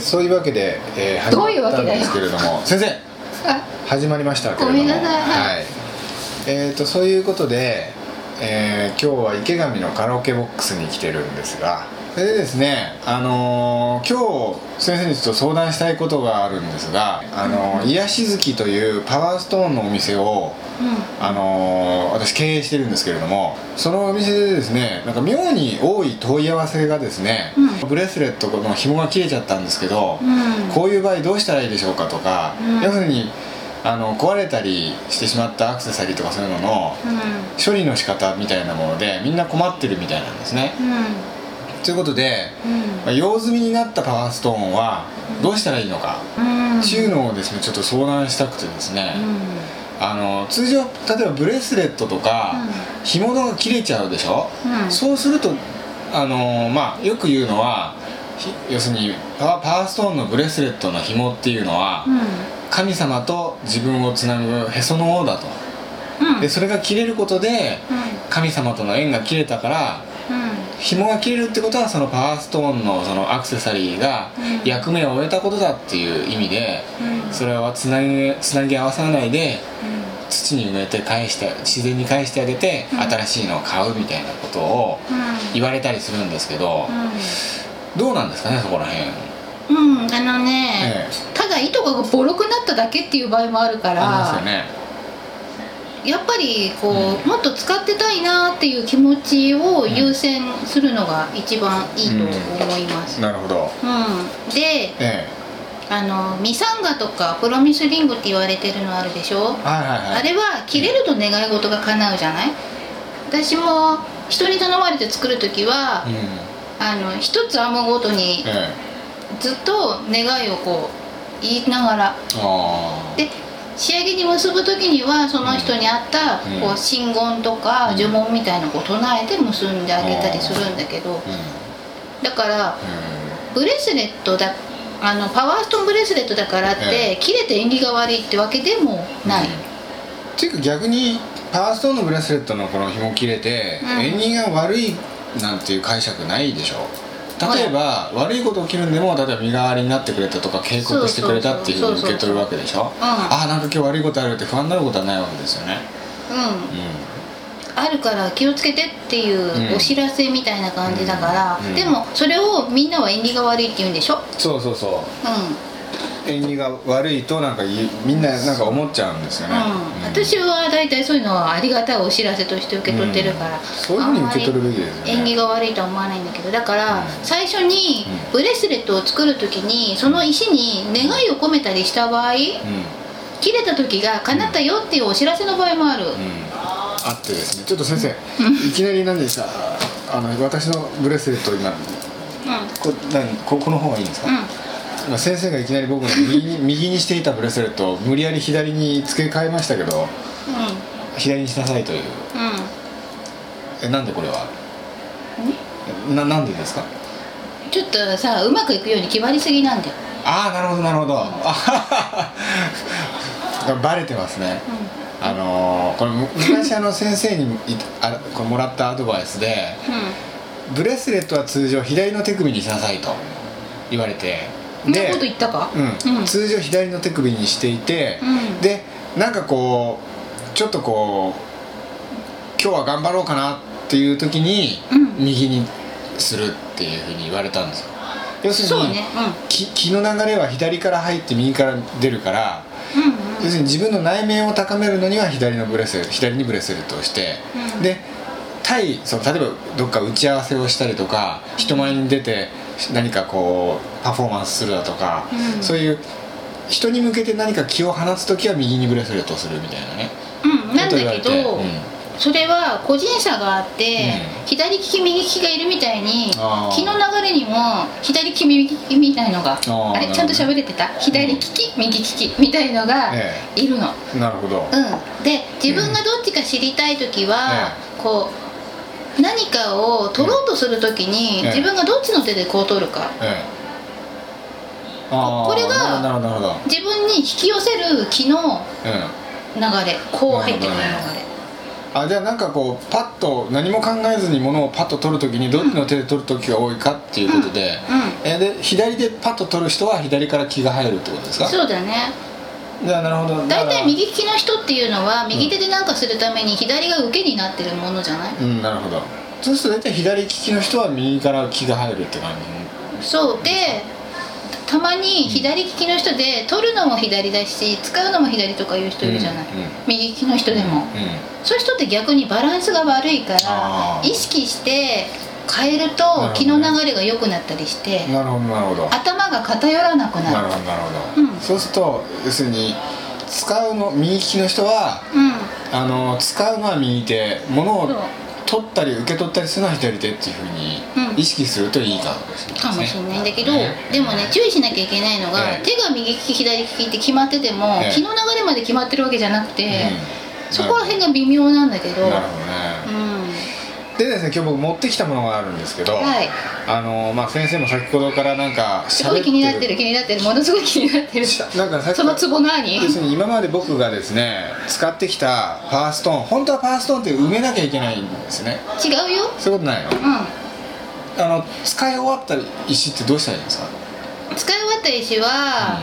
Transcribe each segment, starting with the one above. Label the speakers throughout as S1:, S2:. S1: そういうわけで、えー、始
S2: どういう
S1: ま
S2: わ
S1: った
S2: け
S1: ん
S2: だよ
S1: ですけれども先生
S2: あ
S1: 始まりましたけれども
S2: ごめんなさい
S1: はいえー、とそういうことで、えー今日は池上のカラオケボックスに来てるんですがそれでですね、あのー今日先生にちょっと相談したいことがあるんですが、あのー、癒し月というパワーストーンのお店を
S2: うん
S1: あのー私経営してるんですけれどもそのお店でですねなんか妙に多い問い合わせがですね、
S2: うん
S1: ブレスレットの紐が切れちゃったんですけど、
S2: うん
S1: こういう場合どうしたらいいでしょうかとか、
S2: うん
S1: 要するにあの壊れたりしてしまったアクセサリーとかそういうのの
S2: う
S1: 処理の仕方みたいなものでみんな困ってるみたいなんですね。
S2: ん
S1: ということで、まあ用済みになったパワーストーンはどうしたらいいのか
S2: うんうん
S1: っていうのをですねちょっと相談したくてですね、あの通常例えばブレスレットとか、干物が切れちゃうでしょ、
S2: うんうん
S1: そうするとあのーまあよく言うのはひ要するにパワーパワーストーンのブレスレットの紐っていうのは、
S2: う
S1: 神様と自分をつなぐへその緒だと
S2: んうん
S1: でそれが切れることで
S2: うん
S1: 神様との縁が切れたから紐が切れるってことはそのパワーストーンのそのアクセサリーが
S2: うん
S1: 役目を終えたことだっていう意味で
S2: うんうん
S1: それはつなぎつなぎ合わさないで
S2: うん
S1: 土に埋めて返して自然に返してあげて、
S2: うん
S1: 新しいのを買うみたいなことを言われたりするんですけど、どうなんですかねそこら辺、
S2: うんうんあの
S1: え
S2: ね
S1: え
S2: ただ糸がボロくなっただけっていう場合もあるか
S1: あ
S2: ら
S1: りますよね
S2: やっぱりこう、
S1: う
S2: もっと使ってたいなっていう気持ちを優先するのが一番いいと思います、
S1: なるほど
S2: うん、で
S1: ええ
S2: あのミサンガとかプロミスリングって言われてるのあるでし
S1: は
S2: ょ
S1: いはいはい
S2: あれは切れると願い事が叶うじゃない私も人に頼まれて作る時は、
S1: うん
S2: あの一つ編むごとに
S1: ええ
S2: ずっと願いをこう言いながら
S1: ああ
S2: で仕上げに結ぶ時にはその人に合った
S1: うん
S2: こう真言とか
S1: うん
S2: 呪文みたいなのを唱えて結んであげたりするんだけど
S1: うん
S2: だから
S1: う
S2: ブレスレットだあのパワーストーンブレスレットだからって切れて縁起が悪いってわけでも
S1: ん
S2: ない、
S1: うんっていうか逆にパワーストーンのブレスレットのこの紐切れて、
S2: うん
S1: 縁起が悪いなんていう解釈ないでしょ例えば、悪いこと起きるんでも例えば身代わりになってくれたとか警告してくれたっていうふうに受け取るわけでしょ、
S2: ん
S1: ああなんか今日悪いことあるって不安になることはないわけですよね
S2: うん
S1: う
S2: あるから気をつけてってい
S1: うん
S2: うお知らせみたいな感じだから、
S1: うん
S2: でもそれをみんなは縁起が悪いって言うんでしょ
S1: んそうそうそ
S2: うん
S1: う縁起が悪いとなんかいみんななんか思っちゃうんですよ
S2: う
S1: ね、
S2: ん、私は大体そういうのはありがたいお知らせとして受け取ってるから、
S1: うんそういうふうに受け取るべきですよね
S2: あんまり縁起が悪いとは思わないんだけどだか
S1: う
S2: ら
S1: ん
S2: 最初に
S1: うん
S2: ブレスレットを作る時にその石に願いを込めたりした場合切れた時が叶ったよっていうお知らせの場合もある、
S1: うん、うん、あってですねちょっと先生いきなり何でしたあの私のブレスレット今
S2: う
S1: こ何ここの方がいいんですか、
S2: んうん
S1: 今先生がいきなり僕の右 に右にしていたブレスレットを無理やり左に付け替えましたけど左にしなさいという
S2: うんうん
S1: えなんでこれはななんでですか
S2: ちょっとさうまくいくように決まりすぎなんだよ、
S1: ああなるほどなるほどあははは バレてますね
S2: う
S1: あのーこれ昔あの先生にいあこれもらったアドバイスで
S2: んうん
S1: ブレスレットは通常左の手首にしなさいと言われて
S2: そんなこと言ったか
S1: うん
S2: うん
S1: 通常左の手首にしていて、
S2: うん
S1: でなんかこうちょっとこう今日は頑張ろうかなっていう時に、
S2: うん
S1: 右にするっていうふうに言われたんですよ要する
S2: そう
S1: に、
S2: ね
S1: 気気の流れは左から入って右から出るから
S2: うんうん
S1: 要するに自分の内面を高めるのには左のブレス左にブレスレットをして、
S2: うん
S1: で対その例えばどっか打ち合わせをしたりとか人前に出て何かこうパフォーマンスするだとか、
S2: うん
S1: そういう人に向けて何か気を放つ時は右にブレスレットをするみたいなね。
S2: うん、なんだけ
S1: ことを言
S2: ど、
S1: われてうん
S2: それは個人差があって、
S1: う
S2: 左利き右利きがいるみたいに
S1: あー
S2: 気の流れにも左利き右利きみたいのが
S1: ーなる
S2: あれ
S1: ほど
S2: ちゃんと喋れてた左利き、右利きみたいのが
S1: え
S2: いるの、
S1: なるほど、
S2: うん、で自分がどっちか知りたい時は、こう何かを取ろうとする時に、
S1: ええ
S2: 自分がどっちの手でこう取るか
S1: ええあー
S2: これが
S1: なるほどなるほど、
S2: 自分に引き寄せる気の
S1: うん、
S2: 流れこう入ってくる流れ
S1: なるほどねあじゃあなんかこうパッと何も考えずにものをパッと取るときにどっちの手で取るときが多いかっていうことで,、
S2: う
S1: えで左でパッと取る人は左から気が入るってことですか
S2: そうだね
S1: じゃあなるほど
S2: 大体
S1: 右
S2: 右利きの人っていうのは右手で何かするために左が受けになってるものじゃない、
S1: うんなるほどそうすると大体左利きの人は右から気が入るって感
S2: そうでたまに左利きの人で取るのも左だし使うのも左とかいう人いるじゃない、
S1: うんうん
S2: 右利きの人でも、
S1: じ、うん
S2: そういう人って逆にバランスが悪いから
S1: あー
S2: 意識して変えると
S1: るほどね
S2: 気の流れが良くなったりして
S1: なるほどなるほど
S2: 頭が偏らなく
S1: な
S2: な
S1: る
S2: る
S1: ほどなるほど、
S2: うん
S1: そうすると要するに使うの右利きの人は
S2: うん
S1: あの使うのは右手物を
S2: そう
S1: 取ったり受け取ったりするのは左手っていうふう
S2: うん
S1: に意識するといいかもしれないですね
S2: かもしれないんだけど、
S1: ね
S2: でもね注意しなきゃいけないのが、
S1: ええ
S2: 手が右利き左利きって決まってても、
S1: ええ
S2: 気の流れまで決まってるわけじゃなくて、
S1: うん
S2: そこら辺が微妙なんだけど
S1: なるほどねでですね今日僕持ってきたものがあるんですけど、
S2: はい
S1: あのまあ先生も先ほどからなんか
S2: うん、すごい気になって
S1: る
S2: る気になってるものすごい気になってる
S1: しゃ なんかさっき
S2: そのツ ボ何
S1: 要するに今まで僕がですね使ってきたパワーストーン本当はパワーストーンって埋めなきゃいけないんですね
S2: 違うよ
S1: そういうことないの
S2: う
S1: あの使い終わった石ってどうしたらいいんですか
S2: ん使い終わった石は、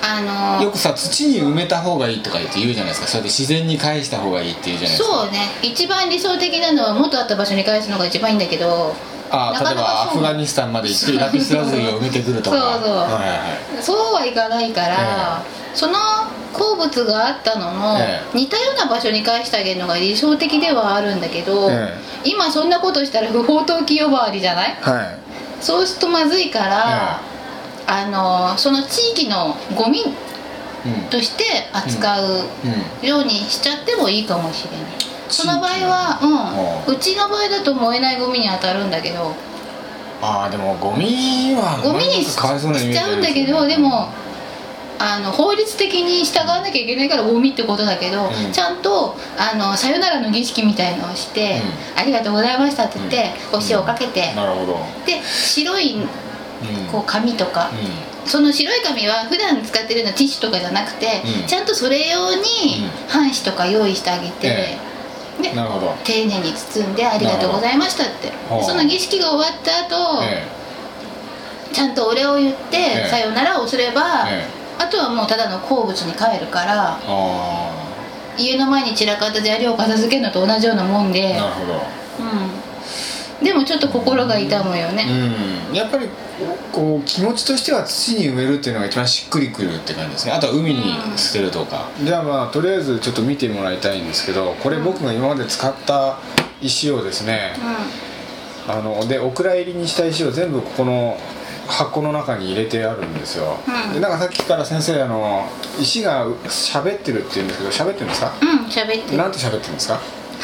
S2: あ
S1: よ
S2: の
S1: くさ土に埋めた方がいいとか言って言うじゃないですかそれで自然に返した方がいいって言うじゃないですか
S2: そうね一番理想的なのは元あった場所に返すのが一番いいんだけど
S1: あ
S2: な
S1: 例
S2: か
S1: え
S2: なか
S1: ばア
S2: そう
S1: フガニスタンまで行ってイラクスラズリを埋めてくるとか
S2: そう
S1: はい
S2: そう
S1: はいはい
S2: そうはいかないから、その鉱物があったのの、
S1: え
S2: 似たような場所に返してあげるのが理想的ではあるんだけど、
S1: え
S2: 今そんなことしたら不法投棄呼ばわりじゃない
S1: はい
S2: そうするとまずいから、あのその地域のゴミ
S1: うん
S2: として扱う
S1: う
S2: ようにしちゃってもいいかもしれない
S1: 地
S2: そ
S1: 域の
S2: の場合は、う、
S1: うん
S2: うちの場合だと燃えないゴミに当たるんだけど
S1: ああでもゴミは
S2: ゴミに
S1: なん
S2: し
S1: かかわいそうなイメー
S2: ち
S1: ジあ
S2: ゃう
S1: る
S2: んだ
S1: す
S2: け
S1: よ
S2: どでもあの法律的に従わなきゃいけないからゴミってことだけど、
S1: うん
S2: ちゃんとあのさよならの儀式みたいのをして「ありがとうございました」って言って、お塩をかけて、
S1: なるほど、
S2: で白い
S1: うん、
S2: こう紙とか、その白い紙は普段使ってるようなティッシュとかじゃなくて、
S1: うん
S2: ちゃんとそれ用に
S1: う
S2: 半紙とか用意してあげて、
S1: え
S2: で
S1: うん、なるほど
S2: 丁寧に包んで「ありがとうございました」って
S1: ほど
S2: その儀式が終わった後、
S1: え
S2: ちゃんとお礼を言って、
S1: ええ
S2: さよならをすれば、
S1: ええ
S2: あとはもうただの好物に帰るから
S1: あ
S2: 家の前に散らかった材料を片付けるのと同じようなもん
S1: あ
S2: で、
S1: なるほど
S2: うん、でもちょっと心が痛むよね、
S1: うんやっぱりこう気持ちとしては土に埋めるっていうのが一番しっくりくるって感じですねあとは海に捨てるとか、じゃあまあとりあえずちょっと見てもらいたいんですけどこれ僕が今まで使った石をですね、あのでオクラ入りにした石を全部ここの箱の中に入れてあるんですよ、
S2: うん
S1: でなんかさっきから先生あの石が喋ってるって言うんですけど喋ってるんですか、
S2: うんうん喋ってる
S1: なんて喋ってるんですか、
S2: は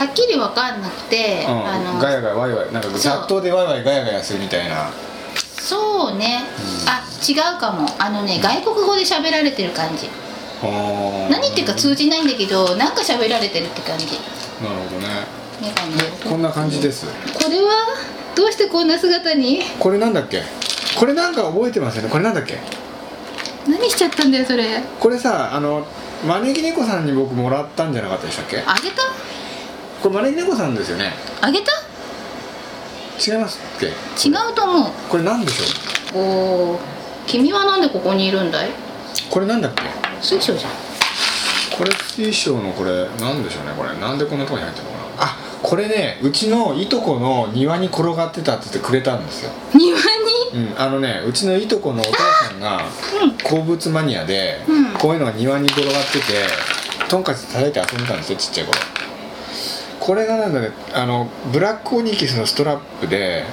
S2: っきり分かんなくて、
S1: うん、
S2: あの
S1: ガヤガヤワイワイなんか雑踏でワイワイガヤガヤするみたいな
S2: そうね、あ違うかもあのね外国語で喋られてる感じ何言ってるか通じないんだけどなんか喋られてるって感じ
S1: なるほどね
S2: メガネ
S1: でこんな感じです
S2: これはどうしてこんな姿に
S1: これなんだっけこれなんか覚えてますよねこれなんだっけ
S2: 何しちゃったんだよそれ
S1: これさあの招き猫さんに僕もらったんじゃなかったでしたっけ
S2: あげた
S1: これ招き猫さんですよね
S2: あげた
S1: 違いますっけ
S2: 違うと思う
S1: これなんでしょう
S2: おー君はなんでここにいるんだい
S1: これなんだっけ
S2: 水晶じゃん
S1: これ水晶のこれなんでしょうねこれなんでこんなとこに入ってるのかなあこれねうちのいとこの庭に転がってたって言ってくれたんですよ、
S2: 庭に
S1: うん、あのねうちのいとこのお母さんが
S2: うん
S1: 鉱物マニアで、
S2: うん
S1: こういうのが庭に転がっててトンカチ叩いて遊んでたんですよちっちゃい頃これがなんだねあのブラックオニキスのストラップで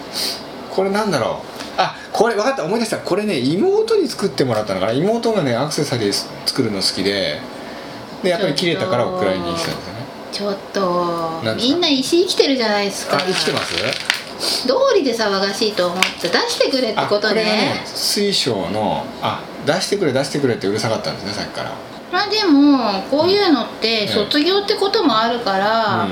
S1: これなんだろうあこれ分かった思い出したこれね妹に作ってもらったのかな妹がねアクセサリー作るの好きででやっぱり切れたからお蔵入りにしたんですよね
S2: ちょっと
S1: 何です
S2: み
S1: か
S2: んな石生きてるじゃないですか
S1: あ生きてます
S2: どうりで騒がしいと思って出してくれって
S1: あ
S2: こ
S1: ことれが
S2: ね
S1: ね水晶のあ出してくれ出してくれってうるさかったんですねさっきから
S2: まあでもこういうのって
S1: ん
S2: 卒業ってこともあるから、
S1: うん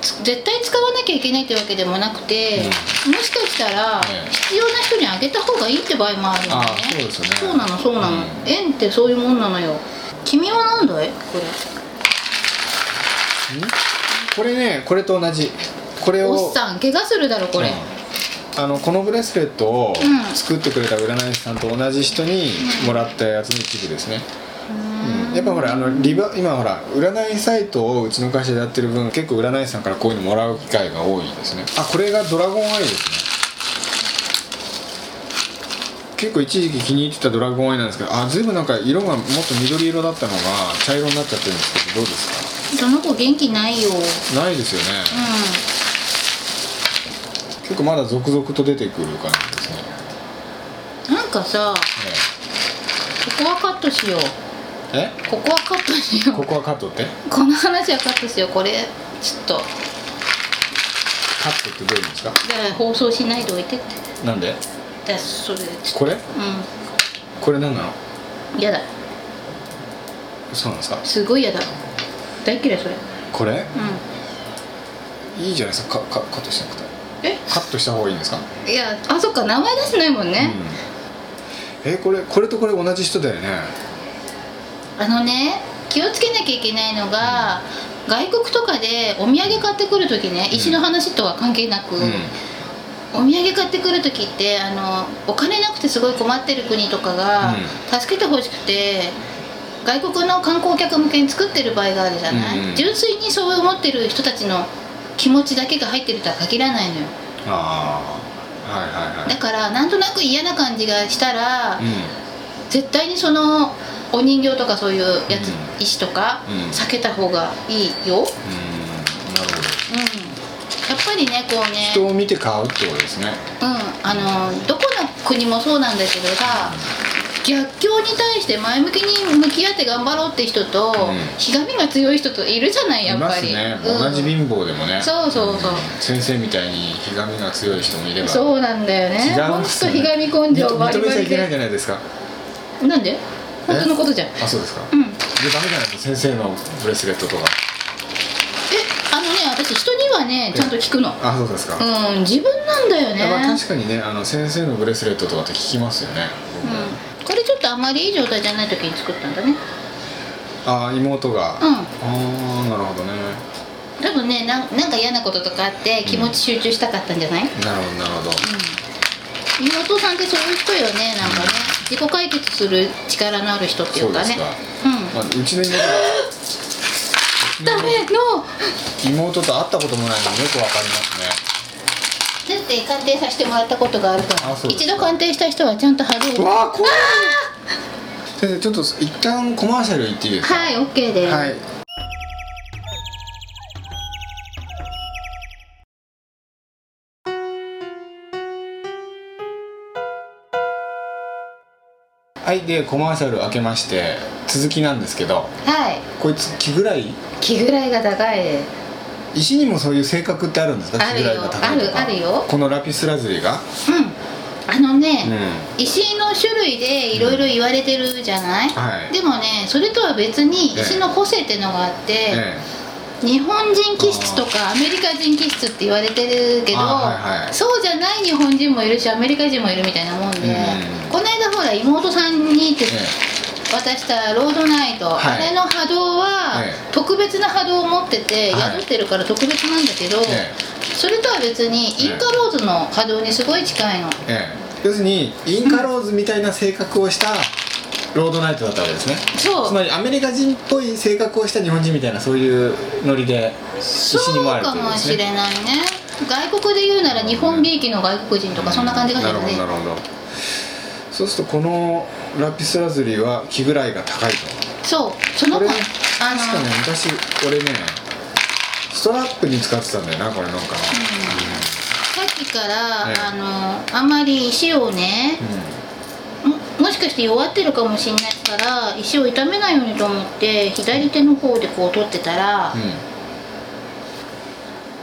S2: つ絶対使わなきゃいけないってわけでもなくて、もしかしたら
S1: ええ
S2: 必要な人にあげた方がいいって場合もあるのね
S1: あそうですよね
S2: そうなのそうなの、
S1: うん
S2: 縁ってそういうもんなのよ君は何だいこれ
S1: これねこれと同じこれを
S2: おっさん怪我するだろこれ、
S1: うんあのこのブレスレットを
S2: うん
S1: 作ってくれた占い師さんと同じ人にもらったやつの一部ですね、うんやっぱほらあのリバ今ほら占いサイトをうちの会社でやってる分結構占い師さんからこういうのもらう機会が多いですねあこれがドラゴンアイですね結構一時期気に入ってたドラゴンアイなんですけどあずいぶんなんか色がもっと緑色だったのが茶色になっちゃってるんですけどどうです
S2: その子元気ないよ
S1: かないですよね、
S2: う
S1: 結構まだ続々と出てくる感じですね、
S2: んなんかさここはカットしよう
S1: え
S2: ここはカットしよ
S1: ここはカットって
S2: うこの話はカットしようこれちょっと
S1: カットってどういうんですか
S2: じゃあ放送しないでおいてって
S1: なんで
S2: じゃあそれでちょっ
S1: これ
S2: とう
S1: これ何なの
S2: んやだ
S1: そうなんですか
S2: すごいやだ大嫌いそれうん
S1: これいいじゃないですかカカカットしなくて
S2: え
S1: カットした方がいいんですか
S2: いやあそっか名前出してないもんね、
S1: うん、えこれこれとこれ同じ人だよね
S2: あのね気をつけなきゃいけないのが外国とかでお土産買ってくる時ね石の話とは関係なく、
S1: うん
S2: お土産買ってくる時ってあのお金なくてすごい困ってる国とか
S1: う
S2: が、
S1: ん
S2: 助けてほしくて外国の観光客向けに作ってる場合があるじゃない、
S1: うんうん
S2: 純粋にそう思ってる人たちの気持ちだけが入ってるとは限らないのよ
S1: ああはいはいは
S2: だ
S1: い
S2: からなんとなく嫌な感じがした
S1: う
S2: ら、絶対にそのお人形とかそういうやつ、
S1: うん
S2: 石とか、
S1: うん
S2: 避けた方がいいよ、うん、
S1: んうんな
S2: やっ
S1: るほど
S2: ぱりねこうね
S1: 人を見て買うってことですね
S2: うん、あのどこの国もそうなんだけどさ逆境に対して前向きに向き合って頑張ろうって人
S1: う
S2: と、
S1: ん
S2: ひがみが強い人といるじゃないや
S1: い
S2: っ
S1: ま
S2: ぱ
S1: す
S2: り
S1: ね、
S2: うん
S1: 同じ貧乏でもね
S2: そうそうそうん
S1: 先生みたいにひがみが強い人もいれば
S2: そうなんだよね
S1: 違う
S2: 本
S1: んです
S2: 当
S1: よ
S2: ひ
S1: ね
S2: がみ根性バリ
S1: 認め
S2: バ
S1: ちゃい
S2: リ
S1: けない
S2: で
S1: じゃないですか
S2: なんで本当のことじゃん
S1: あそうですか
S2: うんえ
S1: でダメじゃないですか先生のブレスレットとか
S2: あのね私人にはねちゃんと聞くの
S1: あそうですか、やっ
S2: うん自分なんだよ
S1: ぱ
S2: ね
S1: 確かにねあの先生のブレスレットとかって聞きますよね、僕も
S2: うんこれちょっとあまりいい状態じゃない時に作ったんだね
S1: ああ妹が、
S2: うん
S1: ああなるほどね
S2: 多分ねなんなんか嫌なこととかあって気持ち集中したかったんじゃない、
S1: なるほどなるほど
S2: 妹さんってそういう人よねなんかね自己解決する力のある人ってい
S1: そううで
S2: か
S1: す
S2: ね
S1: か、
S2: うん
S1: まあ、うちの妹が
S2: ダメの
S1: 妹と会ったこともないのによくわかりますね
S2: だって鑑定させてもらったことがあるから
S1: あそうですか
S2: 一度鑑定した人はちゃんと貼る
S1: う
S2: よ
S1: わあ怖い先生ちょっと一旦コマーシャル行っていいですか
S2: はい OK です、
S1: はいはいでコマーシャル開けまして続きなんですけど
S2: はい、
S1: こいつ気ぐらい
S2: 気ぐらいが高いです
S1: 石にもそういう性格ってあるんですか
S2: ある
S1: 気ぐ
S2: よ
S1: らいが高いとか
S2: あるあるよ
S1: このラピスラズリが
S2: うんあのね、
S1: う
S2: 石の種類でいろいろ言われてるじゃない、
S1: はい
S2: でもねそれとは別に石の個性ってのがあって、
S1: んえ
S2: 日本人気質とかアメリカ人気質って言われてるけど、
S1: あーはいはい
S2: そうじゃない日本人もいるしアメリカ人もいるみたいなもんで、
S1: うん
S2: この間ほら妹さんにって
S1: ええ
S2: 渡したロードナイト、
S1: はい
S2: あれの波動は
S1: ええ
S2: 特別な波動を持ってて
S1: はい
S2: 宿ってるから特別なんだけど、
S1: え
S2: それとは別にインカローズの波動にすごい近いの。
S1: えええ要するにインカローズみたいな性格をしたロードナイトだったわけですね
S2: そう
S1: つまりアメリカ人っぽい性格をした日本人みたいなそういうノリで
S2: そ
S1: 石に
S2: う
S1: 回る
S2: か
S1: ということ
S2: も
S1: です
S2: し
S1: ね
S2: れないね外国で言うなら日本びいきの外国人とかそんな感じがす
S1: なる
S2: る
S1: ほ
S2: ね
S1: どなるほどそうするとこのラピスラズリは気ぐらいが高いと
S2: そうその
S1: こ
S2: 子
S1: れ
S2: あ
S1: 確
S2: の
S1: かね昔俺ねストラップに使ってたんだよなこれなんか
S2: さっきから、
S1: ええ
S2: あのあんまり石をね
S1: な、うん
S2: ももしかして弱ってるかもしれないから石を傷めないようにと思って左手の方でこう取ってたら、
S1: うん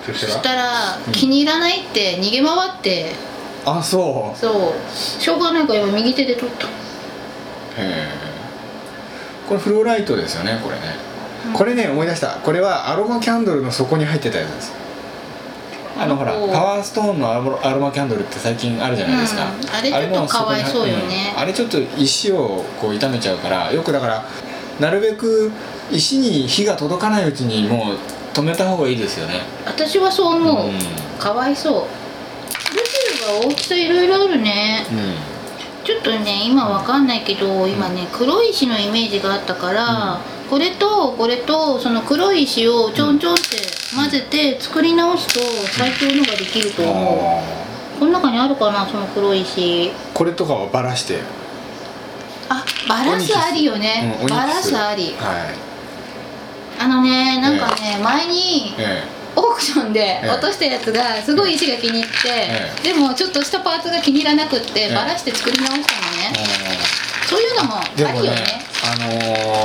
S1: そ
S2: そ
S1: し
S2: したた
S1: ら
S2: ら、
S1: うん
S2: 気に入らないって逃げ回って
S1: あそう
S2: そうしょうがないから今右手で取った
S1: へーこれフローライトですよねこれね、これね思い出したこれはアロマキャンドルの底に入ってたやつですあのほらパ
S2: おー
S1: ワーストーンのアロマアロマキャンドルって最近あるじゃないですか、
S2: うんあれちょっと
S1: の底に入
S2: かわいそうよね
S1: んあれちょっと石をこう傷めちゃうからよくだからなるべく石に火が届かないうちにもう止めた方がいいですよね
S2: 私はそう思う、かわいそうルフィは大きさいろいろあるね
S1: うん、
S2: ちょっとね今わかんないけど今ね黒い石のイメージがあったから、これとこれとその黒い石をちょんちょんって混ぜて作り直すと最強のができると思
S1: あ
S2: うこの中にあるかなその黒い石
S1: ーこれとかはバラして、
S2: あバラスありよね、
S1: うんオニキス
S2: バラスあり
S1: はい
S2: あのねなんかね、前に
S1: え
S2: オークションで
S1: え
S2: 落としたやつがすごい石が気に入って、
S1: え
S2: でもちょっとしたパーツが気に入らなくって
S1: ええ
S2: バラして作り直したの
S1: えう
S2: ね、
S1: ん
S2: そういうのもあ
S1: で
S2: りよ
S1: も
S2: ね
S1: ね、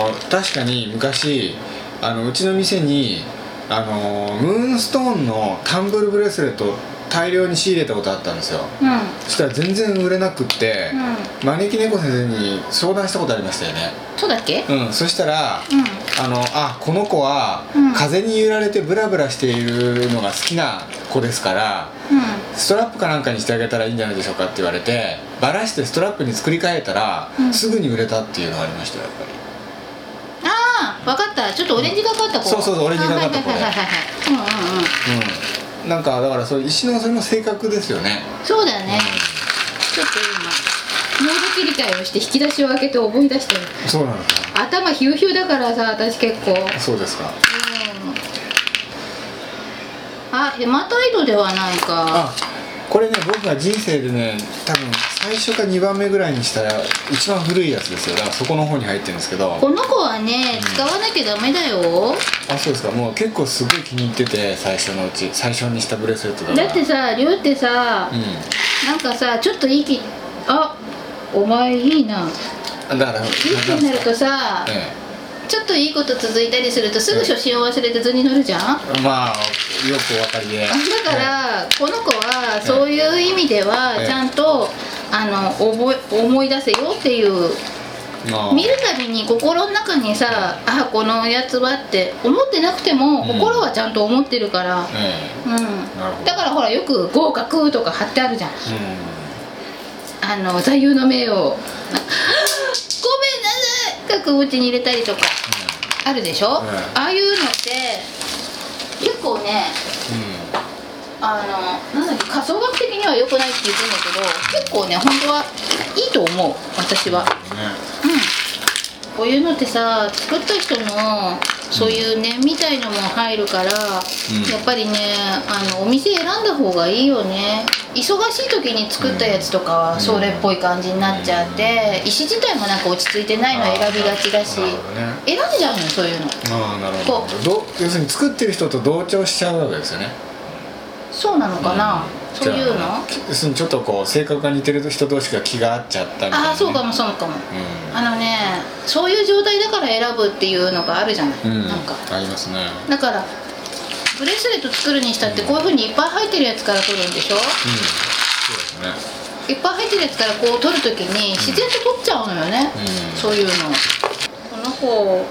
S1: あのー確かに昔あのうちの店に、あのームーンストーンのタンブルブレスレットを大量に仕入れたことあったんですよ
S2: うん
S1: そしたら全然売れなくって、
S2: うん
S1: 招き猫先生に相談したことありましたよね
S2: そうだっけ
S1: うんそしたら、
S2: うん
S1: あのあこの子は
S2: うん
S1: 風に揺られてブラブラしているのが好きな子ですから
S2: う
S1: ストラップかなんかにしてあげたらいいんじゃないでしょうかって言われてバラしてストラップに作り変えたら、
S2: うん
S1: すぐに売れたっていうのがありましたよやっぱり
S2: んああ分かったちょっとオレンジがかった子
S1: そうそうそうオレンジがかった子
S2: あはいはいはいはいはいうんうんうん
S1: うん、なんかだからそれ石のそれも性格ですよね、
S2: そうだ
S1: う
S2: ね、ちょっと今モード切り替えをして引き出しを開けて思い出してる
S1: ん、そうなんだ
S2: 頭ヒューヒューだからさ私結構
S1: そうですか
S2: あ、ヘマタイドではないか。
S1: あこれね僕が人生でね多分最初か2番目ぐらいにしたら一番古いやつですよだからそこの方に入ってるんですけど
S2: この子はね、使わなきゃダメだよ。
S1: あそうですかもう結構すごい気に入ってて最初のうち最初にしたブレスレットだから
S2: だってさ、りょうってさ
S1: う、ん
S2: なんかさ、ちょっと息、あ、お前いいな。
S1: だから
S2: いい子になるとさ、
S1: え
S2: ちょっといいこと続いたりするとすぐ初心を忘れて図に乗るじゃん。だ
S1: えまあよくお分かりで
S2: から、この子はそういう意味では
S1: ええ
S2: ちゃんと、あの覚え思い出せよっていう
S1: まあ
S2: 見るたびに心の中にさあこのやつはって思ってなくても
S1: うん
S2: 心はちゃんと思ってるから、
S1: え
S2: うん
S1: なるほど
S2: だからほらよく「合格」とか貼ってあるじゃん
S1: え
S2: あの座右の銘を ごめんなさい額縁に入れたりとかあるでしょ、
S1: うん
S2: ああいうのって結構ね
S1: うん、うんうん
S2: あのなんだっけ仮想学的には良くないって言ってんだけど結構ね本当はいいと思う私は。
S1: ね
S2: うん、こういうのってさ作った人のそういう念みたいのも入るから、
S1: ん
S2: やっぱりねあのお店選んだ方がいいよね忙しい時に作ったやつとか
S1: うん
S2: はそれっぽい感じになっちゃって、石自体もなんか落ち着いてないの選びがちだし、
S1: あーなるほどね
S2: 選んじゃうのそういうの
S1: ああなるほどど要するに作ってる人と同調しちゃうわけですよね
S2: そうなのかな、そういうの
S1: じゃあき要するにちょっとこう性格が似てる人同士が気が合っちゃったみたいなね、
S2: ああそうかもそうかも、
S1: う
S2: あのねそういう状態だから選ぶっていうのがあるじゃない、
S1: ん、うん、
S2: なんか
S1: ありますね
S2: だからブレスレット作るにしたってこういうふうにいっぱい入ってるやつから取るんでしょ
S1: うんそうで
S2: いっぱい入ってるやつからこう取るときに自然と取っちゃうのよね、
S1: うん
S2: そういうのこの子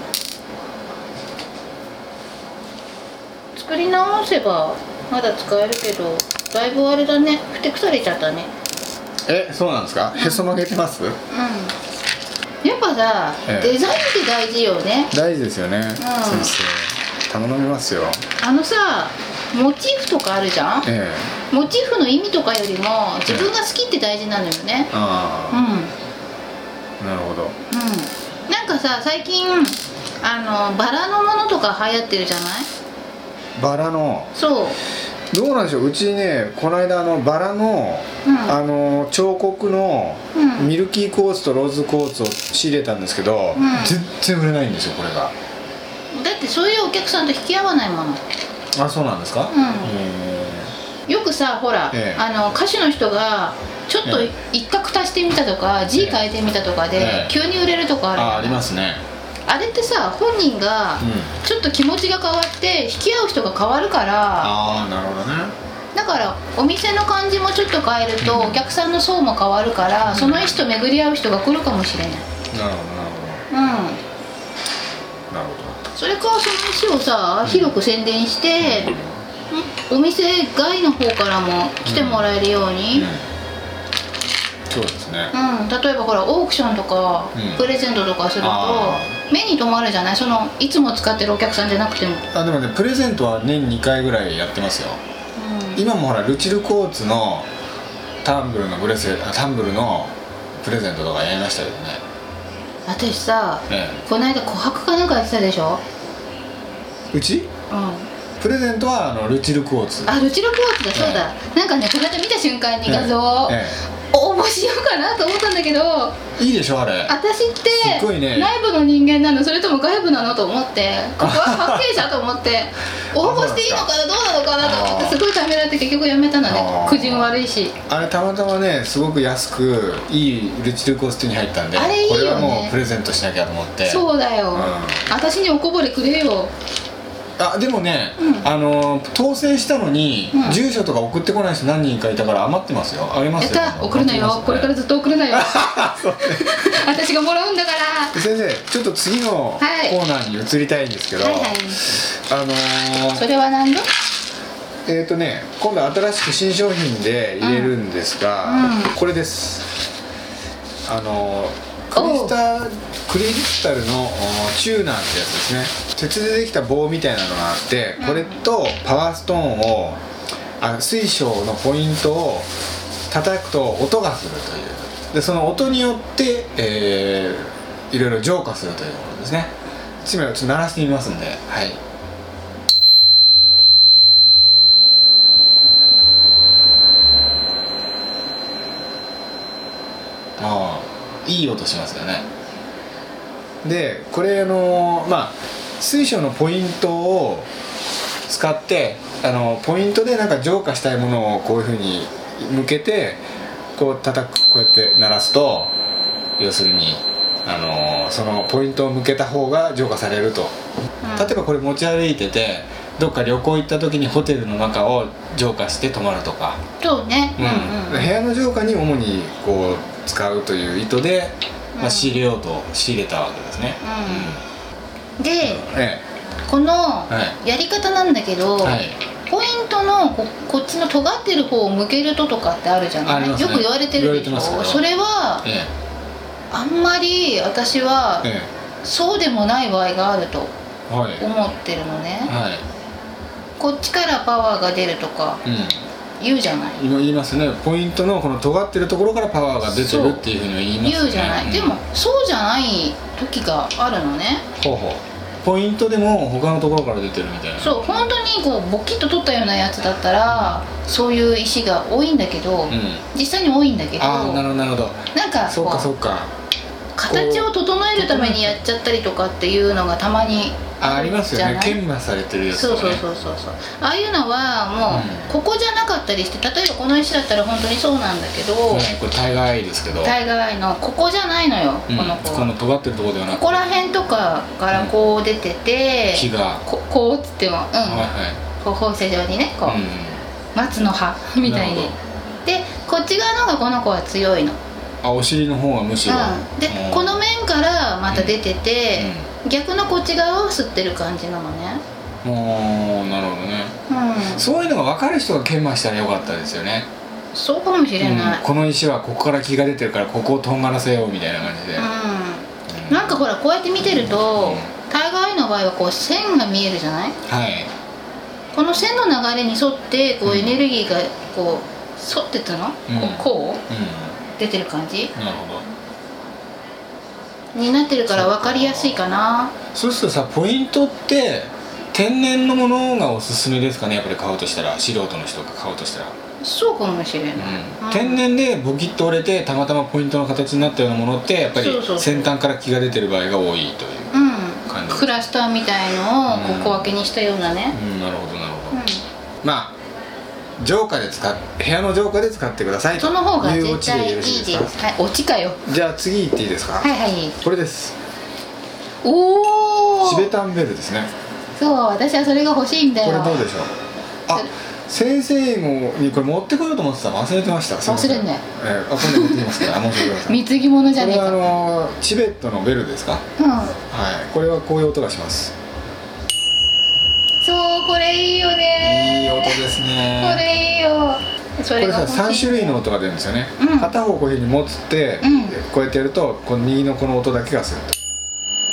S2: 作り直せばまだ使えるけどだいぶあれだねふてくされちゃったね
S1: すねえそうなんですかへそ曲げてます
S2: うんやっぱさ、
S1: ええ
S2: デザインって大事よね
S1: 大事ですよね、先生頼みますよ
S2: あのさモチーフとかあるじゃん
S1: ええ
S2: モチーフの意味とかよりも自分が好きって大事なのよねうん
S1: あ
S2: うん
S1: あなるほど
S2: なんかさ最近あのバラのものとか流行ってるじゃない
S1: バラの
S2: そう
S1: どうなんでしょううちねこの間あのバラの、
S2: うん
S1: あの彫刻の
S2: うん
S1: ミルキーコーツとローズコーツを仕入れたんですけど、
S2: ん
S1: 全然売れないんですよこれが
S2: だってそういうお客さんと引き合わないもの
S1: あそうなんですか
S2: うん
S1: へ
S2: よくさほら、
S1: ええ
S2: あの歌手の人がちょっと
S1: え
S2: 一角足してみたとか、字変えてみたとかで、
S1: ええ
S2: 急に売れるとかある
S1: あ
S2: あ
S1: ありますね
S2: あれってさ本人が
S1: うん
S2: ちょっと気持ちが変わって引き合う人が変わるから
S1: ああなるほどね
S2: だからお店の感じもちょっと変えるとお客さんの層も変わるからその石と巡り合う人が来るかもしれない
S1: なるほどなる
S2: うん
S1: ほどなるほ
S2: それかその石をさ広く宣伝してお店外の方からも来てもらえるように
S1: そうですね
S2: うん例えばほらオークションとか
S1: うん
S2: プレゼントとかすると
S1: あ
S2: 目に留まるじゃないそのいつも使ってるお客さんじゃなくても、
S1: あでもねプレゼントは年2回ぐらいやってますよ
S2: うん
S1: 今もほらルチルコーツのタンブルのブレスあタンブルのプレゼントとかやりましたけどね
S2: 私さ
S1: え
S2: この間琥珀かなんかやってたでしょ
S1: えうち
S2: うん
S1: プレゼントはあのルチルコーツ
S2: あルチロコーツだそうだ、なんかねこの間見た瞬間に画像を、
S1: え
S2: 応募しようかなと思ったんだけど
S1: えいいでしょあれ
S2: 私って
S1: すごいね
S2: 内部の人間なのそれとも外部なのと思ってここは関係者と 思って応募していいのかなどうなのかなと思ってすごいためらって結局やめたの
S1: あ
S2: ね
S1: ー
S2: 苦人悪いし
S1: あれたまたまねすごく安くいいルチルコーツ手に入ったんで
S2: あれいいよね
S1: これはもうプレゼントしなきゃと思って
S2: そうだよ、
S1: ん
S2: 私におこぼれくれよ
S1: あでもね、
S2: うん
S1: あのー当選したのに、
S2: うん
S1: 住所とか送ってこない人何人かいたから余ってますよありま
S2: やっ
S1: すよ
S2: た送るなよ、これからずっと送るなよ 私がもらうんだから
S1: 先生ちょっと次のコ
S2: はい
S1: ーナーに移りたいんですけど、
S2: はいはい
S1: あのー
S2: それは何だ
S1: えっ、とね今度新しく新商品で入れるんですが、
S2: うんうん
S1: これですあのークリ
S2: お
S1: ス
S2: う
S1: タクリスタルのおーチューナーってやつですね鉄でできた棒みたいなのがあってこれとパワーストーンをあ水晶のポイントを叩くと音がするというでその音によって、えーいろいろ浄化するというものですね一枚をちょっと鳴らしてみますんではいああいい音しますよねでこれあのまあ水晶のポイントを使ってあのポイントでなんか浄化したいものをこういうふうに向けてこう叩くこうやって鳴らすと要するにあのそのポイントを向けた方が浄化されると
S2: うん
S1: 例えばこれ持ち歩いててどっか旅行行った時にホテルの中を浄化して泊まるとか、
S2: そうねうん
S1: うん
S2: うん
S1: 部屋の浄化に主にこう使うという意図で、ま
S2: う
S1: あ、
S2: ん
S1: 仕入れようと仕入れたわけですね、
S2: で
S1: うんえ
S2: この
S1: は
S2: やり方なんだけど、
S1: えはい
S2: ポイントのここっちの尖ってる方を向けるととかってあるじゃ
S1: あ
S2: な
S1: り
S2: い、
S1: ます
S2: よ
S1: ね
S2: く言われてるでし
S1: 言われてますけ
S2: ょ
S1: ど
S2: それは
S1: え
S2: あんまり私は
S1: ええ
S2: そうでもない場合があると
S1: えはい
S2: 思ってるのね
S1: はい
S2: こっちからパワーが出るとか
S1: う
S2: 言うじゃない
S1: ん今言いますねポイントのこの尖ってるところからパワーが出て
S2: そう
S1: るっていうふうには言いますね
S2: 言うじゃない、
S1: ん
S2: でもそうじゃない時があるのね
S1: ほうほうポイントでも他のところから出てるみたいな
S2: そう本当にこうボキッと取ったようなやつだったらそういう石が多いんだけど、
S1: ん
S2: 実際に多いんだけど
S1: ああな
S2: な
S1: るほどなるほど
S2: んか
S1: そう
S2: こ
S1: かそううか
S2: 形を整えるためにやっちゃったりとかっていうのがたまに
S1: あありますよね
S2: じゃない
S1: 研磨されてるやつ、ね、
S2: そうそうそうそうそうああいうのはもうここじゃなかったりして例えばこの石だったら本当にそうなんだけど、
S1: ねこれタイガーアイですけど、
S2: 大概のここじゃないのよ、
S1: うん、
S2: この子
S1: この尖ってるところではな
S2: こ
S1: く
S2: こら辺とかからこう出てて、
S1: 木が、
S2: ここうっつってもうん、
S1: はい
S2: こう放射状にねこう、
S1: はい、うん
S2: 松の葉みたい
S1: な
S2: に
S1: るほ
S2: でこっち側の方がこの子は強いの、
S1: あお尻の方がむしろ、
S2: うん、で
S1: うん
S2: この面からまた出てて、逆のこっち側を吸ってる感じなのね
S1: うんもうなるほどね
S2: うん
S1: そういうのが分かる人が研磨したらよかったですよね、
S2: そうかもしれない、
S1: うんこの石はここから木が出てるからここをとんがらせようみたいな感じで、
S2: うん
S1: うん
S2: なんかほらこうやって見てると
S1: う
S2: 大概の場合はこう線が見えるじゃない
S1: はい
S2: この線の流れに沿って
S1: う
S2: こうんエネルギーがこう沿ってた
S1: う
S2: の、
S1: ん
S2: こうこ
S1: う
S2: う出てる感じ
S1: んなるほど
S2: になってるから分かりやすいかな
S1: そうするとさポイントって天然のものがおすすめですかねやっぱり買うとしたら素人の人が買うとしたら、
S2: そうかもしれない、
S1: うん
S2: うん
S1: 天然でボキッと折れてたまたまポイントの形になったようなものってやっぱり
S2: そうそうそう
S1: 先端から木が出てる場合が多いという感
S2: うん
S1: じ
S2: クラスターみたいのをこう小分けにしたようなね、
S1: うんなるほどなるほ
S2: う
S1: ど、
S2: ん
S1: まあ浄化で使っ部屋の浄化で使ってください
S2: その方が
S1: いうオチ
S2: 絶
S1: で
S2: 対い
S1: よろ
S2: いで
S1: し
S2: す
S1: いですか
S2: はいオチかよ
S1: じゃあ次行っていいですか、
S2: はいはい
S1: これです
S2: おお
S1: チベタンベルですね
S2: そう私はそれが欲しいんだ
S1: これ
S2: よ
S1: どうでしょうあ先生もにこれ持ってこようと思ってた忘れてましたすいませ
S2: 忘れんなよ
S1: えーあ今度持ってき ますから申し訳ございません
S2: 貢ぎ物じゃ
S1: こ
S2: ねえ
S1: れはあ
S2: か
S1: のーチベットのベルですか
S2: うん
S1: はいこれはこういう音がします
S2: そうこれいいよ
S1: いい
S2: ね
S1: 音ですね
S2: これいいよそ
S1: こ
S2: れ
S1: れ
S2: が
S1: さ
S2: 欲しい
S1: 3種類の音が出るんですよね、
S2: うん
S1: 片方こういうふうに持つって、
S2: うん
S1: こうやってやるとこの右のこの音だけがすると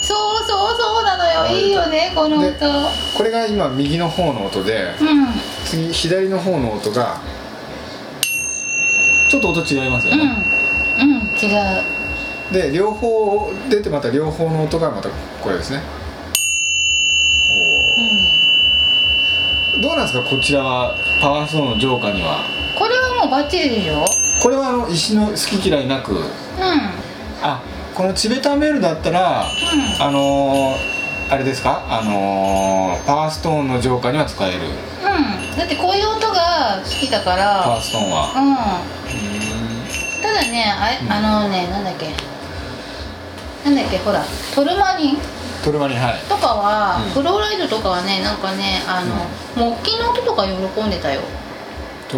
S2: そうそうよねこの音
S1: でこれが今右の方の音で
S2: うん
S1: 次左の方の音がちょっと音違いますよ
S2: う
S1: ね、
S2: んうん違う
S1: で両方出てまた両方の音がまたこれですね
S2: うん
S1: どうなんですかこちらはパワーストーンの浄化には
S2: これはもうバッチリでしょ
S1: これはあの石の好き嫌いなく
S2: うんうん
S1: あこのチベタンベールだったらあのー、あれですかあのー、パワーストーンの浄化には使える
S2: うんだってこういう音が好きだか
S1: パワー
S2: ら
S1: ストーンは
S2: うん
S1: うー
S2: ただねあれ
S1: うん
S2: あのねなんだっけなんだっけほらトルマリン
S1: んトルマリンはい
S2: とかは、
S1: うん
S2: フローライドとかはねなんかねあの、木琴の音とか喜んでたよ
S1: と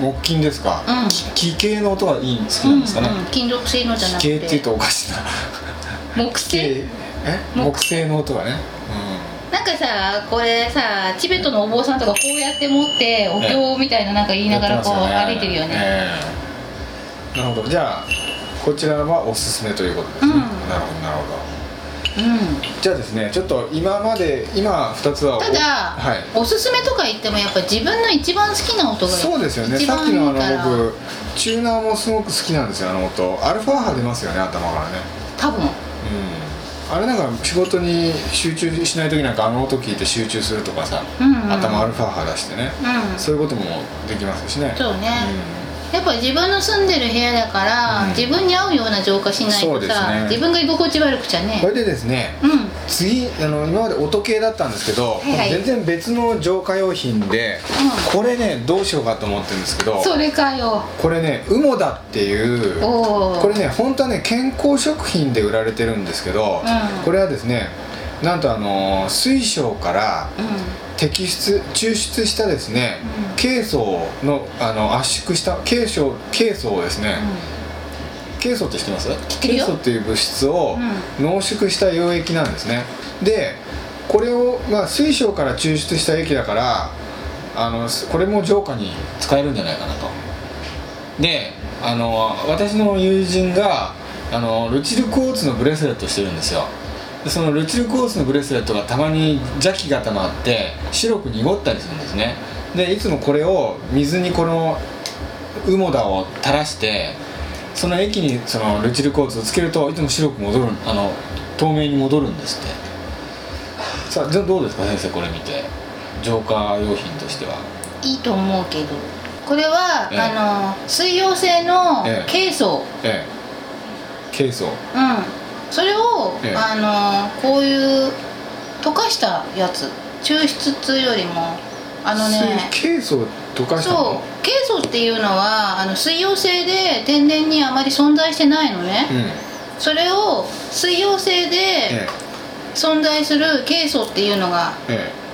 S1: 木琴ですか、
S2: うん
S1: き木系の音がいい好きなんですかね、
S2: うんうん、金属製のじゃなく
S1: 木系
S2: て
S1: っていうとおかしいな
S2: 木
S1: 木系
S2: 製
S1: え
S2: 木
S1: 木製の音がね、
S2: なんかさこれさチベットのお坊さんとかこうやって持ってお経みたいななんか
S1: う
S2: 言
S1: ん、
S2: いながらこう
S1: や
S2: 歩
S1: っ
S2: いてるよね
S1: ええなるほどじゃあこちらはおすすめということですね、
S2: うん
S1: なるほどなるほど
S2: う
S1: じゃあですねちょっと今まで今2つは
S2: んただ、
S1: はい、
S2: おすすめとか言ってもやっぱ自分の一番好きな音が
S1: そうですよね
S2: 一
S1: さっ
S2: 番い
S1: き
S2: い
S1: のあ
S2: から
S1: の僕チューナーもすごく好きなんですよあの音アルファ波出ますよね頭からね
S2: 多分
S1: うんあれなんか仕事に集中しない時なんかあの音聞いて集中するとかさ、
S2: うんうん
S1: 頭アルファ波出してね、
S2: うん
S1: そういうこともできますしね
S2: そうね、やっぱ自分の住んでる部屋だから、
S1: うん
S2: 自分に合うような浄化しない
S1: そう
S2: と
S1: です
S2: さ、
S1: ね
S2: 自分が居心地悪くちゃ
S1: こ
S2: ね
S1: れでですね
S2: うん
S1: 次あの今まで音系だったんですけど、
S2: はいはい
S1: 全然別の浄化用品で、これねどうしようかと思ってるんですけど
S2: それかよ
S1: これねウモダっていう
S2: おお
S1: これね本当はね健康食品で売られてるんですけど、
S2: うん
S1: これはですねなんとあのー水晶から
S2: うん
S1: 摘出抽出したですね、
S2: うん
S1: ケイ素のあの圧縮したケイ素ケイ素をですね、ケイ素って知ってます
S2: 知っ
S1: ケ
S2: てる
S1: イ
S2: よ
S1: 素っていう物質を
S2: う
S1: 濃縮した溶液なんですねでこれを、まあ、水晶から抽出した液だからあのすこれも浄化に使えるんじゃないかなとであの私の友人があのルチルクオーツのブレスレットしてるんですよでそのルチルクオーツのブレスレットがたまに邪気がたまって白く濁ったりするんですねでいつもこれを水にこのウモダを垂らしてその液にそのルチルコーツをつけるといつも白く戻るあの透明に戻るんですってさあじゃあどうですか先生これ見て浄化用品としてはい
S2: いと思うけどこれは、
S1: ええ
S2: あの水溶性の
S1: ええ
S2: ケイ素、
S1: ええケイ素
S2: うんそれを、
S1: ええ
S2: あのこういう溶かしたやつ抽出っていうよりもあのね
S1: 水ケイ素を溶かした
S2: そ
S1: の
S2: うケイ素っていうのはあの水溶性で天然にあまり存在してないのね、
S1: ん
S2: それを水溶性
S1: え
S2: で存在するケイ素っていうのが
S1: ええ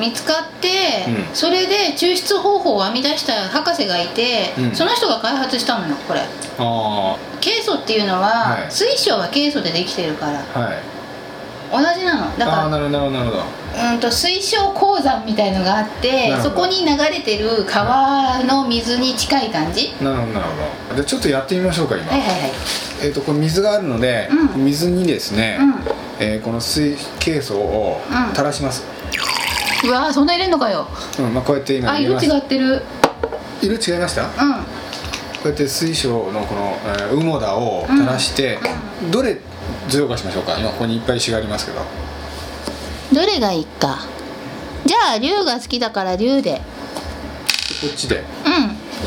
S2: 見つかって、
S1: うん
S2: それで抽出方法を編み出した博士がいて、
S1: うん
S2: その人が開発したのよこれ
S1: えあ
S2: ケイ素っていうのは、
S1: はい
S2: 水晶はケイ素でできてるから
S1: あはい
S2: 同じなのだ
S1: ああー
S2: か
S1: なるほどなるほどなるほど
S2: らうんと水晶鉱山みたいのがあって
S1: なるほ
S2: そ
S1: ど
S2: こに流れてる川の水に近い感じ
S1: なるほどなるほどでちょっとやってみましょうか今、
S2: はいはいはい
S1: えっ、とこれ水があるので、
S2: うん
S1: 水にですね、
S2: うん
S1: えーこの水ケイ素を
S2: うん
S1: 垂らします、
S2: うわーそんな入れんのかよ
S1: うんまあ、こうやって今
S2: あ
S1: 入れ
S2: 色
S1: ました
S2: 違ってる
S1: 色違いました
S2: うん
S1: こうやって水晶のこの、えー、ウモダを垂らして、どれ浄化しましょうか今ここにいっぱい石がありますけど
S2: どれがいいかじゃあ龍が好きだから龍で
S1: こっちで、
S2: う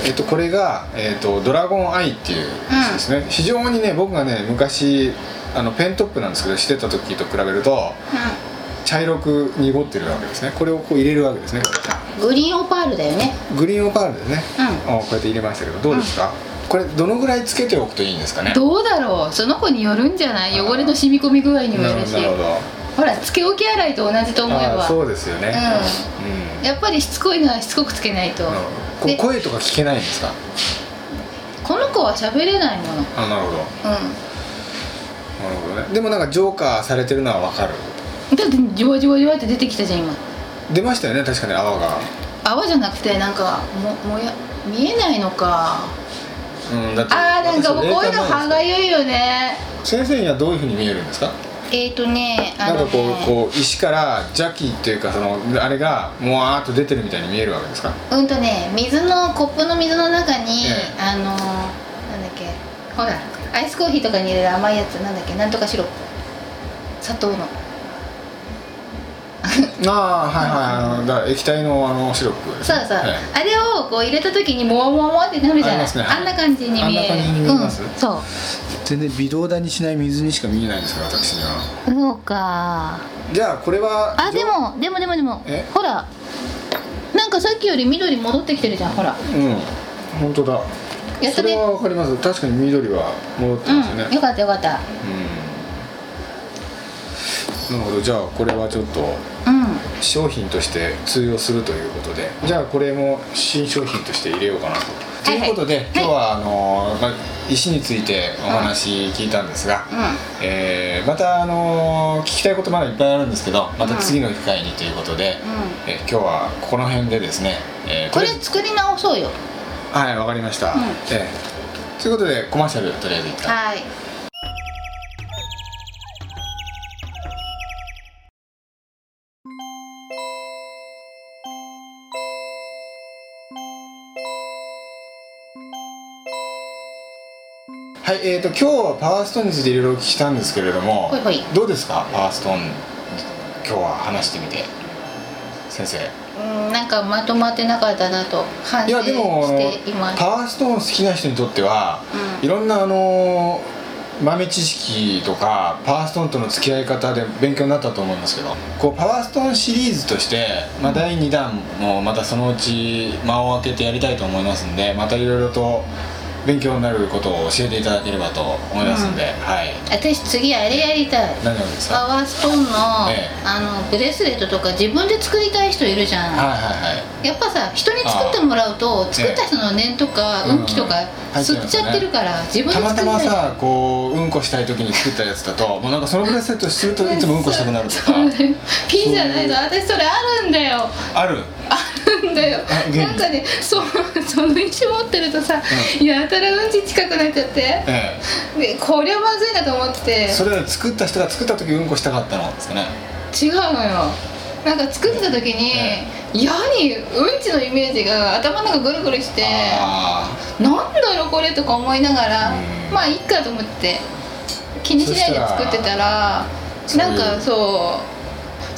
S1: えっとこれが、えっとドラゴンアイっていうやつですね、非常にね僕がね昔あのペントップなんですけどしてた時と比べると茶色く濁ってるわけですねこれをこう入れるわけですね
S2: んグリーンオパールだよね
S1: グリーンオパールですね、
S2: う
S1: あこうやって入れましたけどどうですか、これどのぐらいつけておくといいんですかね
S2: どうだろうその子によるんじゃない
S1: あー
S2: 汚れの染み込み具合にも
S1: な
S2: よ
S1: る
S2: る
S1: ほ
S2: し
S1: どなるほど
S2: ほらつけ置き洗いと同じと思え
S1: あー
S2: ば
S1: そうですよね
S2: う
S1: うん
S2: やっぱりしつこいのはしつこくつけないと
S1: なるほど
S2: で
S1: こ声とか聞けないんですか
S2: この子は喋れないもの
S1: あなるほどな
S2: う
S1: るほどねでもなんかジョーカーされてるのはわかる
S2: んだってじわじわじわって出てきたじゃん今
S1: 出ましたよね確かに泡が
S2: 泡じゃなくてなんかももや見えないのか
S1: うんだって
S2: あーなんかもうこういうの
S1: 私
S2: 歯がゆいよね
S1: 先生にはどういうふうに見えるんですか
S2: えーとねあ
S1: なんか
S2: の
S1: こう
S2: ね
S1: こう石から邪気っていうかそのあれがもわーっと出てるみたいに見えるわけですか
S2: うんとね水のコップの水の中に、
S1: ええ
S2: あのーなんだっけほらアイスコーヒーとかに入れる甘いやつなんだっけなんとかシロップ砂糖の
S1: ああはいはいあのだから液体のあのシロップです
S2: そう
S1: ね
S2: そう、
S1: はい
S2: あれをこう入れた時にもわもわもわってなるじゃ
S1: あり
S2: ない
S1: ますねはい
S2: あんな感じに見える
S1: あんな感じに見えます
S2: うん、そう
S1: 全然微動だにしない水にしか見えないんですから私には
S2: そうか
S1: じゃあこれは
S2: あ
S1: じょ
S2: でもでもでもでも
S1: え
S2: ほらなんかさっきより緑戻ってきてるじゃんほら
S1: うん本当だ
S2: やったね
S1: それはわかります確かに緑は戻ってますね
S2: うんよかったよかった
S1: うんなるほどじゃあこれはちょっと
S2: うん
S1: 商品として通用するということでじゃあこれも新商品として入れようかなと。と
S2: はいいはいう
S1: ことで、今日はあのまあ石についてお話聞いたんですが、
S2: う
S1: えーまたあの聞きたいことまだいっぱいあるんですけどまた次の機会にということで、
S2: う
S1: えー今日はこの辺でですね、えー
S2: これ
S1: とりあえず
S2: 作り直そうよ
S1: はいわかりました、
S2: ん
S1: えーということでコマーシャルとりあえず一旦
S2: はい
S1: はい、えー、と今日はパワーストーンについていろいろお聞きしたんですけれども、
S2: ほいほい
S1: どうですかパワーストーン今日は話してみて先生
S2: うんなんかまとまってなかったなと反
S1: い
S2: 省
S1: やでもあの
S2: しています
S1: パワーストーン好きな人にとっては、
S2: うん
S1: いろんなあの豆知識とかパワーストーンとの付き合い方で勉強になったと思いますけどこうパワーストーンシリーズとして、まあ、第2弾もまたそのうち間を空けてやりたいと思いますんでまたいろいろと勉強になることを教えていただければと思いますんで、はい
S2: 私次あれやりたい
S1: 何をです
S2: パ
S1: か
S2: ワーストーンの,、
S1: ええ
S2: あのブレスレットとか自分で作りたい人いるじゃん、
S1: はいはいはい
S2: やっぱさ人に作ってもらうと作った人の念とか運気とか
S1: うん
S2: 吸っちゃってるから自分で
S1: たま
S2: 作
S1: た
S2: り
S1: ま
S2: たい
S1: さこううんこしたい時に作ったやつだともうなんかそのブレスレットするといつもうんこしたくなるとか
S2: そうだよピンじゃないの私それあるんだよ
S1: ある
S2: あるんだよ
S1: あゲーム
S2: なんかねそうその石持ってるとさ、やたらうんち近くなっちゃって
S1: え
S2: でこりゃまずいなと思ってて
S1: えそれは作った人が作った時うんこしたかったのですかね
S2: 違うのよなんか作ってた時に、
S1: え
S2: やはりうんちのイメージが頭の中ぐるぐるして
S1: あ
S2: なんだろうこれとか思いながら
S1: うん
S2: まあいいかと思って気にしないで作ってたら
S1: そしたら
S2: なんかそ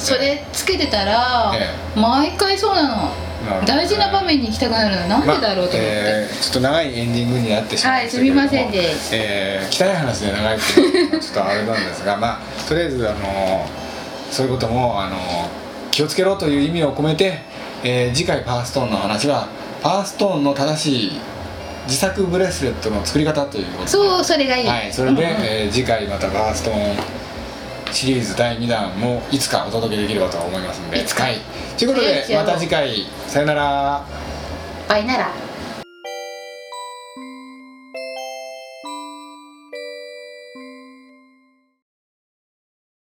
S2: うそれつけてたら
S1: え
S2: 毎回そうな
S1: なるほ
S2: の
S1: ど
S2: 大事な場面に行きたくなるのなん
S1: あ
S2: でだろうと思って。
S1: ええちょっと長いエンディングになってしまいましたけれども
S2: はいすみませんでした
S1: ええ汚い話で長いっていうのはちょっとあれなんですがまあとりあえずあのそういうこともあの気をつけろという意味を込めて、えー次回パワーストーンの話はパワーストーンの正しい自作ブレスレットの作り方ということで
S2: そうそれがいい、
S1: はい、それで、
S2: うんうん
S1: えー次回またバーストーンシリーズ第2弾もいつかお届けできればと思いますので
S2: いつか
S1: はい、ということ
S2: 早い
S1: で
S2: ですよ
S1: また次回さよなら
S2: 倍なら